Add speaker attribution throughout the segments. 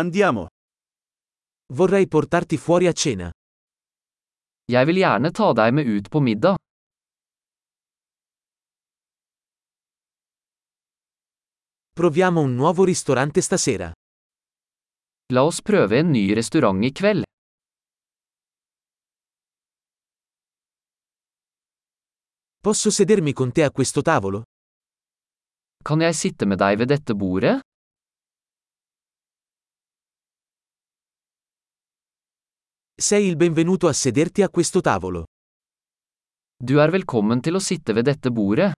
Speaker 1: Andiamo. Vorrei portarti fuori a cena.
Speaker 2: Jeg vil gjerne ta deg med ut på middag.
Speaker 1: Proviamo un nuovo ristorante stasera.
Speaker 2: La oss prøve en ny restaurant i kveld.
Speaker 1: Posso sedermi con te a questo tavolo?
Speaker 2: Kan jeg sitte med deg ved dette bordet?
Speaker 1: Sei il benvenuto a sederti a questo tavolo.
Speaker 2: Du er velkommen til å sitte ved dette bordet.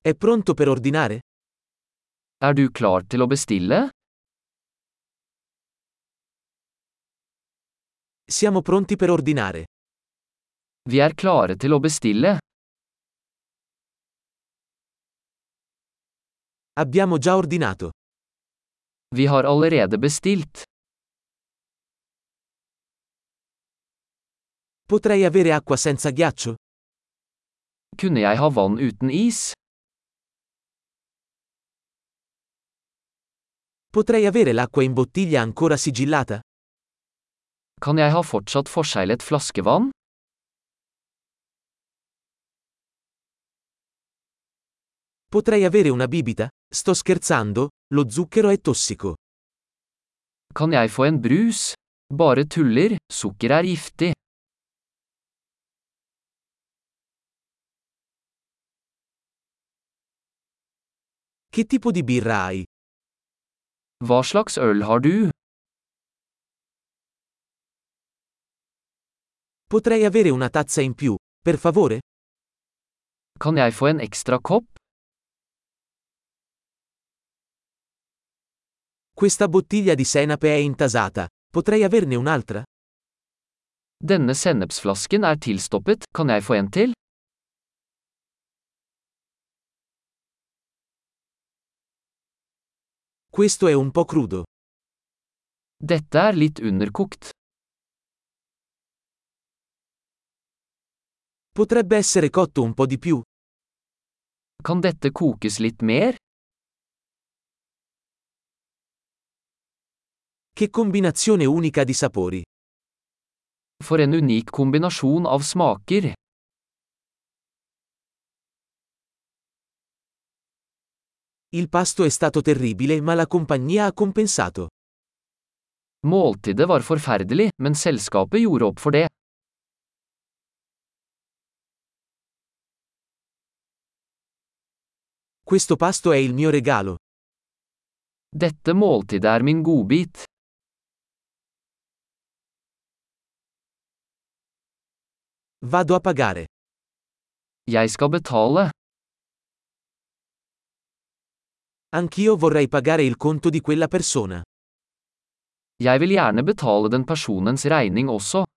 Speaker 1: È pronto per ordinare?
Speaker 2: Er du klar til å bestille?
Speaker 1: Siamo pronti per ordinare.
Speaker 2: Vi er klare til å bestille.
Speaker 1: Abbiamo già ordinato.
Speaker 2: Vi har allerede bestilt.
Speaker 1: Potrei avere acqua senza ghiaccio?
Speaker 2: Kunne jeg ha vann uten is?
Speaker 1: Potrei avere l'acqua in bottiglia ancora sigillata?
Speaker 2: Kan jeg ha fortsatt forseglet flaskevann?
Speaker 1: Potrei avere una bibita? Sto scherzando, lo zucchero è tossico.
Speaker 2: Kan jeg få en brus? Bare tuller, sukker er giftig.
Speaker 1: Che tipo di birra hai?
Speaker 2: Hva slags øl har du?
Speaker 1: Potrei avere una tazza in più, per favore?
Speaker 2: Kan jeg få en ekstra kopp?
Speaker 1: Questa bottiglia di senape è intasata. Potrei averne un'altra?
Speaker 2: Denne sennepsflasken er tilstoppet, kan jeg få en til?
Speaker 1: Questo è un po' crudo.
Speaker 2: Dette er litt underkokt.
Speaker 1: Potrebbe essere cotto un po' di più.
Speaker 2: Kan dette kokes litt mer?
Speaker 1: Che combinazione unica di sapori.
Speaker 2: For en unik kombinasjon av smaker.
Speaker 1: Il pasto è stato terribile, ma la compagnia ha compensato.
Speaker 2: Måltidet var forferdelig, men selskapet gjorde opp for det.
Speaker 1: Questo pasto è il mio regalo.
Speaker 2: Dette måltidet er min godbit.
Speaker 1: Vado a pagare.
Speaker 2: Jeg skal betale.
Speaker 1: Anch'io vorrei pagare il conto di quella persona.
Speaker 2: Jeg vil gjerne betale den personens regning også.